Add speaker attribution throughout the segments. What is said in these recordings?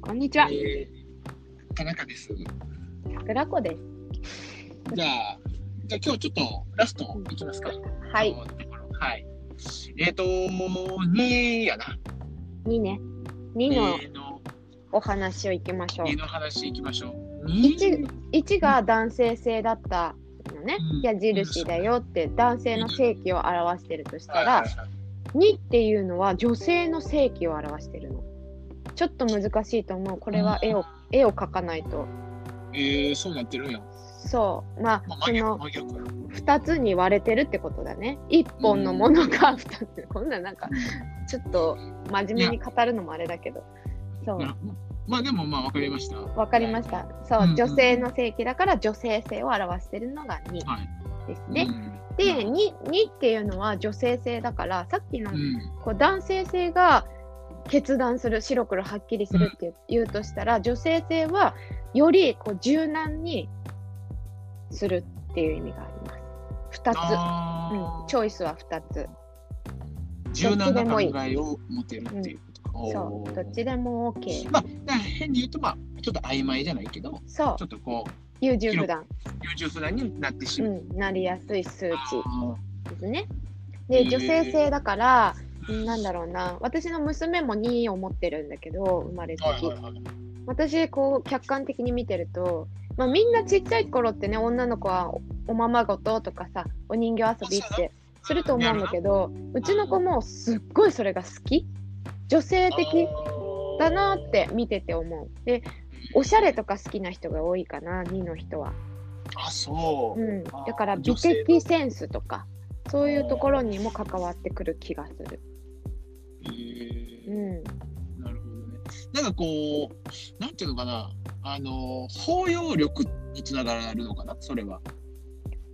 Speaker 1: こんにちは、
Speaker 2: えー田中です。
Speaker 1: 桜子です。
Speaker 2: じゃあ、じゃあ今日ちょっとラストいきますか。
Speaker 1: はい、
Speaker 2: 今日のところはい。えっ、と、2やな。
Speaker 1: 2ね。2の
Speaker 2: 2の
Speaker 1: お話をいきましょう。
Speaker 2: 2の話いきましょう。
Speaker 1: 1, 1が男性性だったのね
Speaker 2: うん。
Speaker 1: 矢印だよって男性の性器を表してるとした
Speaker 2: はい
Speaker 1: ら
Speaker 2: はい、はい
Speaker 1: 2っていうのは女性の性器を表してるの。ちょっと難しいと思う。これは絵を絵を描かないと。
Speaker 2: えー、そうなってるんや。
Speaker 1: そう。ま
Speaker 2: まあ
Speaker 1: あ、そ
Speaker 2: 真逆
Speaker 1: の
Speaker 2: 真逆や。
Speaker 1: 2つに割れてるってことだね。1本のものが2つ。こんななんか、ちょっと真面目に語るのもあれだけど。そう。
Speaker 2: なまあでもまあ分かりました。は
Speaker 1: わかりました。そう、
Speaker 2: うんうん
Speaker 1: 女性の性器だから女性性を表してるのが2です
Speaker 2: い。
Speaker 1: ね。
Speaker 2: うん
Speaker 1: で、2、2っていうのは女性性だから、さっきの
Speaker 2: うん
Speaker 1: こう男性性が決断する、白黒はっきりするっていう言うとしたら、女性性はよりこう柔軟にするっていう意味があります。2
Speaker 2: あ
Speaker 1: つ。
Speaker 2: ー
Speaker 1: うん、チョイスは2つ。
Speaker 2: 柔軟な考えを持てるっていうことか。
Speaker 1: そ
Speaker 2: お
Speaker 1: う、
Speaker 2: ー
Speaker 1: どっちでも OK。
Speaker 2: まあ、だから変に言うと、まあ、ちょっと曖昧じゃないけど、
Speaker 1: そう
Speaker 2: ちょ、っとこう、
Speaker 1: 優柔不断、
Speaker 2: 優柔不断になってし
Speaker 1: う
Speaker 2: まう。
Speaker 1: ん、なりやすい数値。
Speaker 2: あ
Speaker 1: ですね。で
Speaker 2: へー
Speaker 1: 女性性だから、うんなんだろうな私の娘も2を持ってるんだけど生まれ
Speaker 2: ー
Speaker 1: た
Speaker 2: はい
Speaker 1: 時、
Speaker 2: はいはい。
Speaker 1: 私こう客観的に見てると、まあ、みんなちっちゃい頃ってね女の子はおおままごととかさお人形遊びってすると思うんだけどうちの子もすっごいそれが好き女性的だなって見てて思うでおしゃれとか好きな人が多いかな2の人は。
Speaker 2: あ、そうう。
Speaker 1: ん、だから
Speaker 2: あー
Speaker 1: 美
Speaker 2: 女性の
Speaker 1: 的センスとかそういうところにも関わってくる気がする。
Speaker 2: へ
Speaker 1: う
Speaker 2: ー
Speaker 1: ん、
Speaker 2: なるほどね。なんかこう、なんていうのかな、あの、包容力につながるのかな、それは。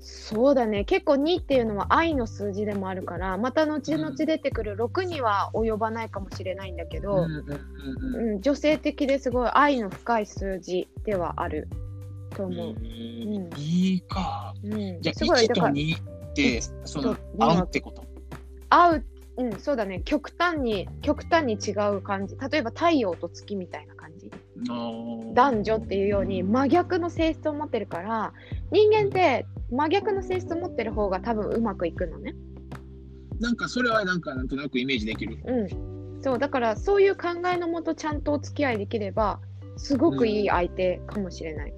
Speaker 1: そうだね結構2っていうのは愛の数字でもあるからまた後々出てくる6には及ばないかもしれないんだけど、
Speaker 2: んうん
Speaker 1: うん女性的ですごい愛の深い数字ではあると思う。うん
Speaker 2: いいか。
Speaker 1: うん
Speaker 2: じゃ、あ
Speaker 1: すごい
Speaker 2: 1
Speaker 1: だ
Speaker 2: と
Speaker 1: から
Speaker 2: 2って、その
Speaker 1: と、二は
Speaker 2: 合うってこと。
Speaker 1: 合う、うん、そうだね極端に極端に違う感じ例えば太陽と月みたいな感じ。男女っていうように真逆の性質を持ってるから人間って真逆の性質を持ってる方が多分うまくいくのね。
Speaker 2: なんかそれはなんかなんとなくイメージできる。
Speaker 1: うん、そうだからそういう考えのもとちゃんとお付き合いできればすごくいい相手かもしれない、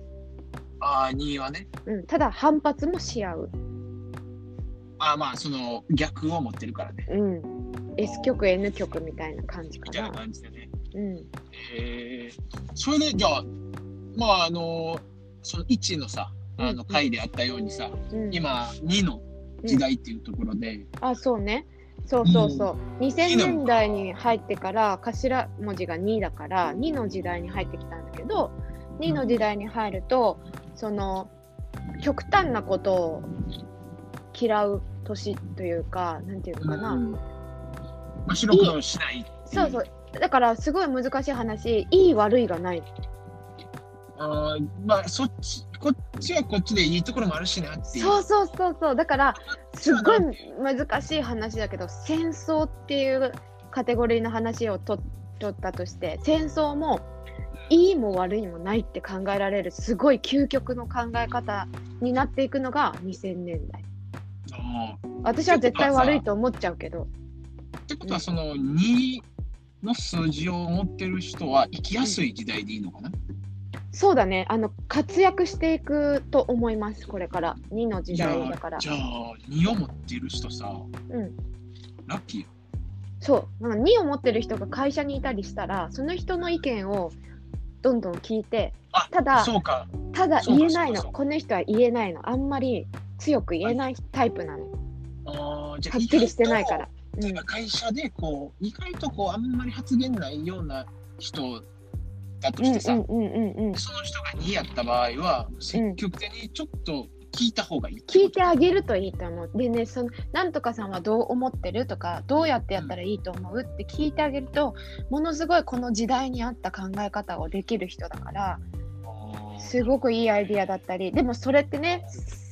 Speaker 2: ああ、2はね。
Speaker 1: うんただ反発もし合う、
Speaker 2: ああ、まあ、その逆を持ってるからね。
Speaker 1: うん、S 極 N 極みたいな感じか
Speaker 2: みたいな
Speaker 1: な。
Speaker 2: 感じでね。
Speaker 1: うん
Speaker 2: へえそれでじゃあまああのその1のさあ
Speaker 1: うんう
Speaker 2: の
Speaker 1: ん
Speaker 2: 回であったようにさ、
Speaker 1: うん、
Speaker 2: 今2の時代っていうところで、
Speaker 1: あそうねそうそうそう、2000年代に入ってから頭文字が2だから2の時代に入ってきたんだけど2の時代に入るとその極端なことを嫌う年というかなんていうのかな、
Speaker 2: うんまあ、白黒しないってい
Speaker 1: そうそうだからすごい難しい話いい悪いがない
Speaker 2: あーまあそっちこっちはこっちでいいところもあるしなっていう
Speaker 1: そうそうそうそうだからすっごい難しい話だけど戦争っていうカテゴリーの話をと取ったとして戦争もいいも悪いもないって考えられるすごい究極の考え方になっていくのが2000年代
Speaker 2: あー
Speaker 1: 私は絶対悪いと思っちゃうけど
Speaker 2: ってことはその2の数字を持ってる人は生きやすい時代でいいのかな、
Speaker 1: そうだねあの活躍していくと思いますこれから2の時
Speaker 2: じゃ
Speaker 1: 代だか
Speaker 2: あ
Speaker 1: ら
Speaker 2: じゃあ2を持ってる人さ
Speaker 1: うん
Speaker 2: ラッキーよ
Speaker 1: そうなんか2を持ってる人が会社にいたりしたらその人の意見をどんどん聞いて
Speaker 2: あ
Speaker 1: ただ
Speaker 2: そうか
Speaker 1: ただ
Speaker 2: そうか
Speaker 1: 言えないの
Speaker 2: そうかそうか
Speaker 1: この人は言えないのあんまり強く言えないタイプなのは
Speaker 2: あーじゃあ
Speaker 1: っきりしてないから、う
Speaker 2: 例え
Speaker 1: ん
Speaker 2: ば、会社でこう意外とこうあんまり発言ないような人だとしてさ、
Speaker 1: うんうんうんうんうん
Speaker 2: その人が2やった場合は積極的にちょっと聞いた方がいいって
Speaker 1: 聞い
Speaker 2: こと
Speaker 1: てあげるといいと思うでねそのなんとかさんはどう思ってるとかどうやってやったらいいと思うって聞いてあげるとものすごいこの時代に合った考え方をできる人だから
Speaker 2: あー
Speaker 1: すごくいいアイディアだったりでもそれってね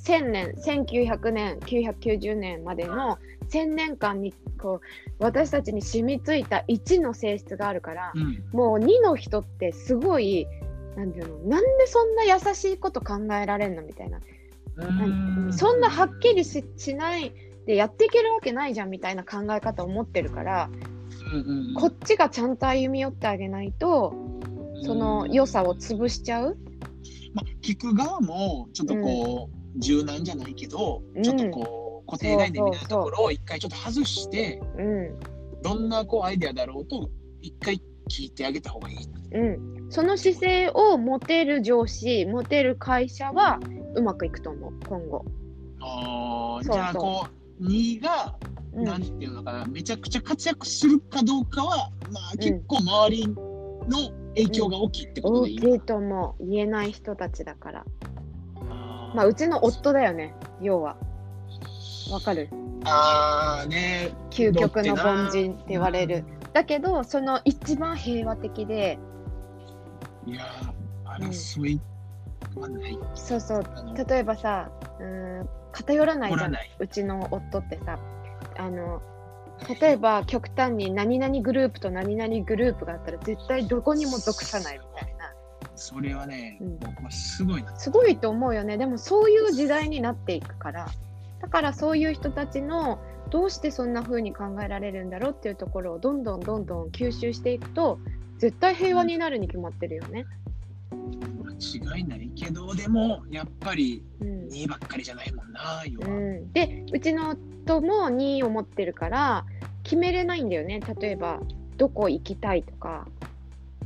Speaker 1: 1000年1900年990年までの1000年間にこう私たちに染みついた1の性質があるから
Speaker 2: うん
Speaker 1: もう2の人ってすごいなんていうのなんでそんな優しいこと考えられんのみたいな
Speaker 2: うん
Speaker 1: そんなはっきりししないでやっていけるわけないじゃんみたいな考え方を持ってるから
Speaker 2: うんうんうん
Speaker 1: こっちがちゃんと歩み寄ってあげないとその良さを潰しちゃう。
Speaker 2: まあ、聞く側もちょっとこう、柔軟じゃないけど、
Speaker 1: うん
Speaker 2: ちょっとこう固定概念みたいなところを一回ちょっと外して
Speaker 1: うん
Speaker 2: どんなこうアイデアだろうと一回聞いてあげた方がいい。
Speaker 1: うん、その姿勢を持てる上司持てる会社はうまくいくと思う今後、
Speaker 2: あ
Speaker 1: そう
Speaker 2: ー
Speaker 1: そう
Speaker 2: じゃあこう2が
Speaker 1: うん、
Speaker 2: なんていうのかな、めちゃくちゃ活躍するかどうかは、まあ、結構周りの影響が大きいってこと
Speaker 1: 大
Speaker 2: でいい、
Speaker 1: きいとも言えない人たちだから
Speaker 2: あー
Speaker 1: まあうちの夫だよね要はわかる
Speaker 2: あーね
Speaker 1: 究極の凡人って言われるだけどその一番平和的で
Speaker 2: いやー争いはない、
Speaker 1: そうそう
Speaker 2: あの
Speaker 1: 例えばさうーん偏らない
Speaker 2: 取
Speaker 1: じゃ
Speaker 2: ら
Speaker 1: ん
Speaker 2: ない、
Speaker 1: うちの夫ってさあの例えば極端に何々グループと何々グループがあったら絶対どこにも属さないみたいな
Speaker 2: それはね、
Speaker 1: うん
Speaker 2: 僕はすごいな
Speaker 1: すごいと思うよねでもそういう時代になっていくからだからそういう人たちのどうしてそんな風に考えられるんだろうっていうところをどんどんどんどん吸収していくと絶対平和になるに決まってるよね。
Speaker 2: 間違いないけどでもやっぱり
Speaker 1: うん
Speaker 2: 2ばっかりじゃないもんな要
Speaker 1: う
Speaker 2: は、
Speaker 1: ん、でうちの夫も2位を持ってるから決めれないんだよね例えばどこ行きたいとか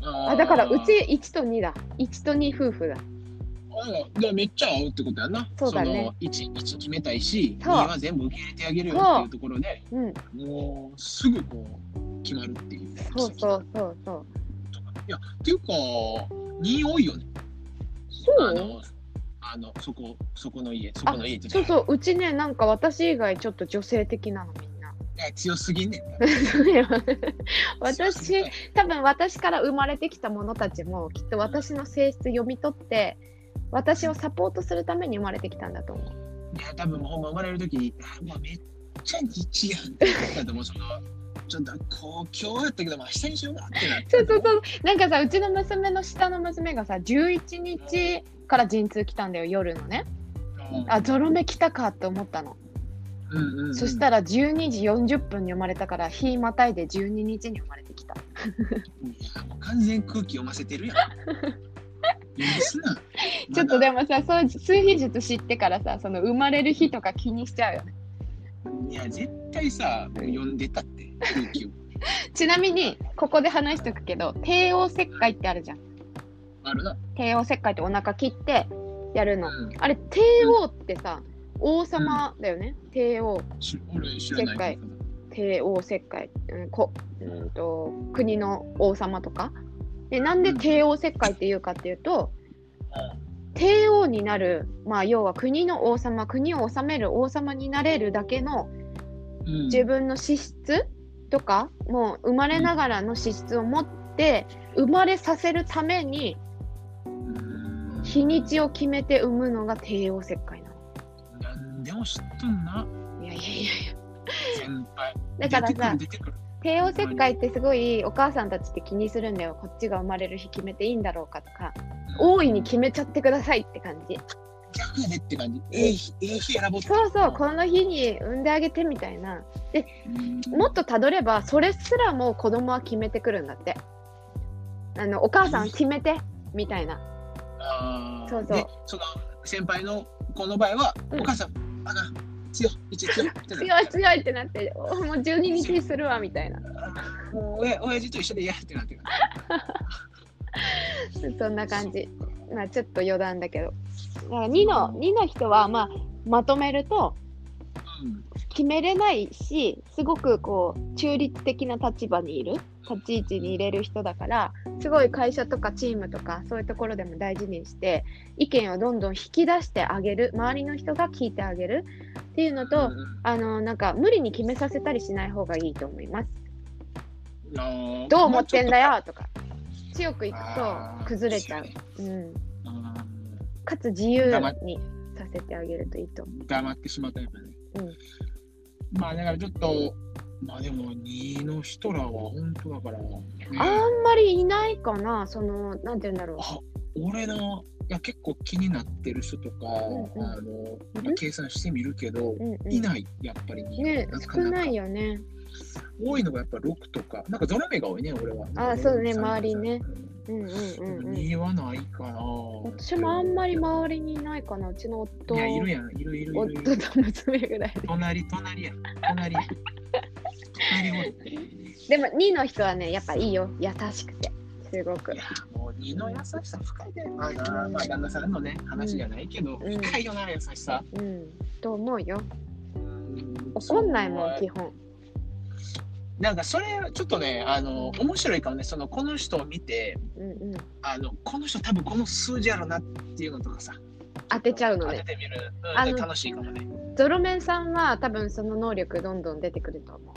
Speaker 1: あだからうち1と2だ1と2夫婦だ
Speaker 2: あでめっちゃ合うってことやな
Speaker 1: そうだね
Speaker 2: その 1, 1決めたいし
Speaker 1: そう
Speaker 2: 2は全部受け入れてあげるよっていうところで
Speaker 1: うん
Speaker 2: もうすぐこう決まるっていう
Speaker 1: そうそうそうそう
Speaker 2: いやっていうか2多いよね
Speaker 1: そう
Speaker 2: あのあのそこそこの家そこの家って
Speaker 1: そう
Speaker 2: う
Speaker 1: そううちねなんか私以外ちょっと女性的なのみんな。
Speaker 2: 強すぎんねん
Speaker 1: 私多分私から生まれてきた者たちもきっと私の性質読み取って私をサポートするために生まれてきたんだと思う。
Speaker 2: いや、多分ほんま生まれるときに、あもうめっちゃ日やんって思ったと思う。その、ちょっとこう、今日やったけど、まあ明日にしようかってなって。
Speaker 1: そうそうそうなんかさうちの娘の下の娘がさ11日から陣痛来たんだよ夜のねあゾロ目来たかって思ったの、
Speaker 2: うんうんうん、
Speaker 1: そし
Speaker 2: ら、
Speaker 1: たら12時40分に生まれたから日またいで12日に生まれてきた
Speaker 2: もう完全に空気読ませてるやん。 許すな。
Speaker 1: ちょっとで
Speaker 2: も。
Speaker 1: もさそう数日術知ってからさその生まれる日とか気にしちゃうよね
Speaker 2: いや、絶対さ、読んでたって、空気を。
Speaker 1: ちなみにここで話しておくけど帝王切開ってあるじゃん
Speaker 2: あるな。
Speaker 1: 帝王切開ってお腹切ってやるの
Speaker 2: うん。
Speaker 1: あれ帝王ってさ王様だよね帝王
Speaker 2: し俺知らないけど。
Speaker 1: 帝王切開、うん、こうんと国の王様とかでなんで帝王切開っていうかっていうと帝王になるまあ要は国の王様国を治める王様になれるだけの
Speaker 2: うん。
Speaker 1: 自分の資質とかもう生まれながらの資質を持って生まれさせるために
Speaker 2: うん
Speaker 1: 日にちを決めて産むのが帝王切開な
Speaker 2: 何でも知っとんな、
Speaker 1: の。いやいやい
Speaker 2: 先輩。
Speaker 1: や。だからさ
Speaker 2: 出てくる、
Speaker 1: 帝王切開ってすごいお母さんたちって気にするんだよこっちが生まれる日決めていいんだろうかとか
Speaker 2: 出てくる。
Speaker 1: 大いに決めちゃってくださいって感じ
Speaker 2: 逆やでって感じ。ええ日、ええ日選ぼうって
Speaker 1: そうそうこの日に産んであげてみたいなも
Speaker 2: も
Speaker 1: っとたどればそれすらもう子供は決めてくるんだってあのお母さん決めてみたいなそうそう
Speaker 2: でその先輩の子の場合は、
Speaker 1: うん
Speaker 2: お母さんあかん強い一強い強
Speaker 1: 強い強いってなっておもう12日にするわみたいな
Speaker 2: もう親親父と一緒で嫌ってなってる
Speaker 1: そんな感じまあちょっと余談だけどだから2の2の人は、まあ、まとめると
Speaker 2: うん
Speaker 1: 決めれないしすごくこう中立的な立場にいる立ち位置に入れる人だからすごい会社とかチームとかそういうところでも大事にして意見をどんどん引き出してあげる周りの人が聞いてあげるっていうのと、
Speaker 2: うん
Speaker 1: あのなんか無理に決めさせたりしない方がいいと思います。
Speaker 2: あー
Speaker 1: どう思ってんだ
Speaker 2: まあ
Speaker 1: よとか強くい
Speaker 2: ちょ
Speaker 1: く
Speaker 2: っと
Speaker 1: と崩れちゃう
Speaker 2: あー。
Speaker 1: うん
Speaker 2: そうねうん
Speaker 1: かつ自由にさせてあげるといいと思
Speaker 2: 黙ってしまったよね。
Speaker 1: うん
Speaker 2: まあだからちょっと、まあでも2の人らは本当だから、ね
Speaker 1: う。あんまりいないかな、その、なんて言うんだろう。
Speaker 2: あ俺のいや結構気になってる人とか、
Speaker 1: んうん
Speaker 2: あの
Speaker 1: うん
Speaker 2: まあ計算してみるけど、
Speaker 1: うんうん、
Speaker 2: いないやっぱりに
Speaker 1: ね
Speaker 2: な、か
Speaker 1: 少
Speaker 2: なか
Speaker 1: ないよね。
Speaker 2: 多いのがやっぱ6とかなんかゾロ目が多いね俺は
Speaker 1: あそうね
Speaker 2: 3
Speaker 1: 周りねうんうん
Speaker 2: う
Speaker 1: うん
Speaker 2: ん
Speaker 1: うん。
Speaker 2: 2はないかな
Speaker 1: 私もあんまり周りにいないかな、うちの夫。
Speaker 2: いやいるやんいるいるいるい
Speaker 1: 夫
Speaker 2: る
Speaker 1: と娘ぐらいで。
Speaker 2: 隣隣や隣隣おる
Speaker 1: でも2の人はね、やっぱいいよ、優しくて、すごく
Speaker 2: い。やもう二の優しさ深いね。まあな、まあ、旦那さんのね話じゃないけど、
Speaker 1: うん
Speaker 2: 深いよな優しさ。
Speaker 1: うん、と思うよ。怒んないもん、基本。
Speaker 2: なんかそれちょっとねあの面白いかもねそのこの人を見て
Speaker 1: うんうん。
Speaker 2: あのこの人多分この数字やろなっていうのとかさ
Speaker 1: 当てちゃうの
Speaker 2: 当
Speaker 1: ね。
Speaker 2: ててみる、うん
Speaker 1: あの
Speaker 2: 楽しいかもね
Speaker 1: ゾロメンさんは多分その能力どんどん出てくると思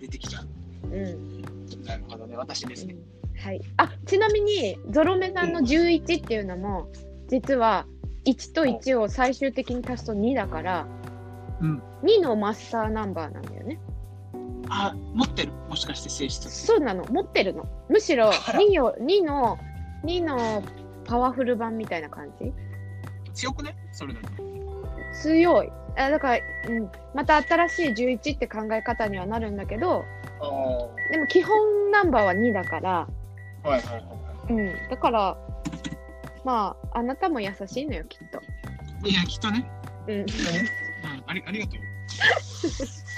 Speaker 2: 出てきちゃう
Speaker 1: う。うん。
Speaker 2: なるほどね私ですね、
Speaker 1: はい。あ、ちなみにゾロメさんの11っていうのも実は1と1を最終的に足すと2だから、
Speaker 2: うん
Speaker 1: 2のマスターナンバーなんだよね。
Speaker 2: あ持ってるもしかして性質
Speaker 1: そうなの、持ってるの。むしろ
Speaker 2: あら
Speaker 1: 2よ2の2のパワフル版みたいな感じ。
Speaker 2: 強くねそれだけ
Speaker 1: 強い。あだから、うん、また新しい11って考え方にはなるんだけど、
Speaker 2: ああは
Speaker 1: でも基本ナンバーは2だから、
Speaker 2: いはいは
Speaker 1: うん、だから、まあ、あなたも優しいのよ、きっと。
Speaker 2: いいやきっとね
Speaker 1: うん、
Speaker 2: うんありありが とう。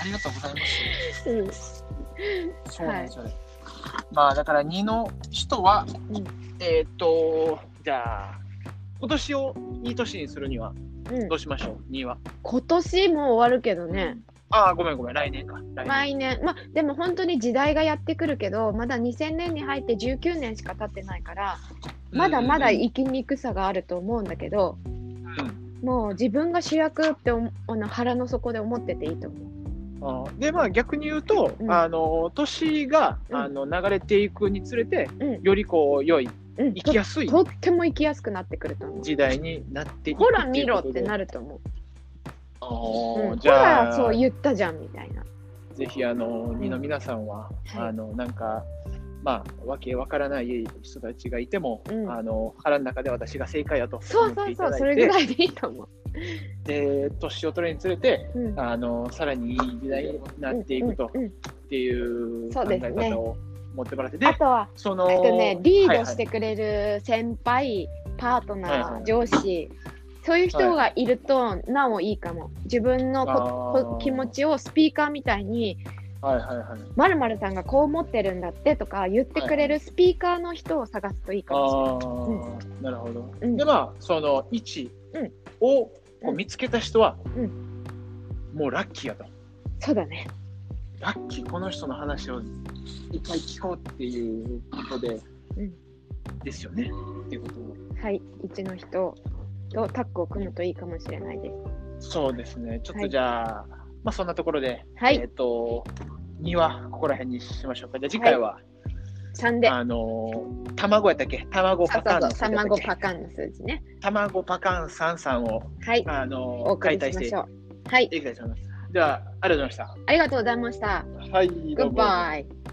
Speaker 2: ありがとうございます。
Speaker 1: うん、
Speaker 2: そうなんですよね。まあだから2の人は、
Speaker 1: うん
Speaker 2: えーっとじゃあ今年をいい年にするには
Speaker 1: うん
Speaker 2: どうしましょう2は。
Speaker 1: 今年もう終わるけどね、
Speaker 2: ああごめんごめん来年か。来年
Speaker 1: 毎年、まあ、でも本当に時代がやってくるけど、まだ2000年に入って19年しか経ってないから、まだまだ
Speaker 2: うん
Speaker 1: 生きにくさがあると思うんだけど、
Speaker 2: うん
Speaker 1: もう自分が主役っておあの腹の底で思ってていいと思う。
Speaker 2: あーでまあ逆に言うと、
Speaker 1: うん
Speaker 2: あの年が、
Speaker 1: うん
Speaker 2: あの流れていくにつれて、
Speaker 1: うん
Speaker 2: よりこう良い
Speaker 1: うん、
Speaker 2: 生きやすい
Speaker 1: ととっても生きやすくなってくると思う。
Speaker 2: 時代になっていく
Speaker 1: ほら見ろって
Speaker 2: る。
Speaker 1: なると思う。
Speaker 2: あ
Speaker 1: うん
Speaker 2: ー
Speaker 1: ほ
Speaker 2: じゃ
Speaker 1: ら
Speaker 2: あ
Speaker 1: そう言ったじゃんみたいな。
Speaker 2: ぜひあの二の皆さんは、
Speaker 1: はい
Speaker 2: あのなんかまあわけわからない人たちがいても、
Speaker 1: うん
Speaker 2: あの腹の中で私が正解やと
Speaker 1: そう
Speaker 2: 思っ
Speaker 1: そ
Speaker 2: て
Speaker 1: う
Speaker 2: い
Speaker 1: そ
Speaker 2: た
Speaker 1: う、
Speaker 2: だい
Speaker 1: それぐ
Speaker 2: て
Speaker 1: らいでいいと思う。
Speaker 2: で年を取るにつれて
Speaker 1: うん、
Speaker 2: あのさらにいい時代になっていくと、
Speaker 1: うんうん
Speaker 2: っていう
Speaker 1: そう
Speaker 2: 考
Speaker 1: で
Speaker 2: え
Speaker 1: すね
Speaker 2: 方を持ってもらってで
Speaker 1: あとは、
Speaker 2: そ
Speaker 1: あ
Speaker 2: の
Speaker 1: とね、リード
Speaker 2: は
Speaker 1: し
Speaker 2: いはい
Speaker 1: てくれる先輩、パートナー、
Speaker 2: はいはい
Speaker 1: 上司、そういう人がいると、なおいいかも。自分のこ
Speaker 2: あー
Speaker 1: こ気持ちをスピーカーみたいに、
Speaker 2: はいはいはい
Speaker 1: まるまるさんがこう思ってるんだってとか言ってくれるスピーカーの人を探すといいか
Speaker 2: あ
Speaker 1: もし
Speaker 2: ー、なるほど、
Speaker 1: うん
Speaker 2: でまあその位置
Speaker 1: うん
Speaker 2: をこ
Speaker 1: う
Speaker 2: うん見つけた人は、
Speaker 1: う
Speaker 2: もうラッキーやと。
Speaker 1: れない。そうだね。
Speaker 2: ラッキーこの人の話をいっぱい聞こうっていうことで、
Speaker 1: うん
Speaker 2: ですよねっていうことを
Speaker 1: はい、一の人とタッグを組むといいかもしれないです。
Speaker 2: そうですねちょっ
Speaker 1: は
Speaker 2: と
Speaker 1: い
Speaker 2: じゃあ、まあそんなところで、
Speaker 1: はい
Speaker 2: えっ、と2はここら辺にしましょうかじゃあ次回は、
Speaker 1: 3で、
Speaker 2: あのー卵やったっけ卵
Speaker 1: そうそ
Speaker 2: パカ
Speaker 1: う
Speaker 2: ン
Speaker 1: そ
Speaker 2: の
Speaker 1: う、
Speaker 2: 数やっ
Speaker 1: 卵
Speaker 2: たっけ
Speaker 1: パカンの数字ね。
Speaker 2: 卵パカン三三を
Speaker 1: はい、
Speaker 2: あ
Speaker 1: お
Speaker 2: のー
Speaker 1: 送
Speaker 2: 解
Speaker 1: りし
Speaker 2: 体し
Speaker 1: ま
Speaker 2: てい
Speaker 1: しょう。はい、
Speaker 2: きたいと思いますじゃあありがとうございまし
Speaker 1: ありがとうございました。
Speaker 2: たはいどうも
Speaker 1: Goodbye.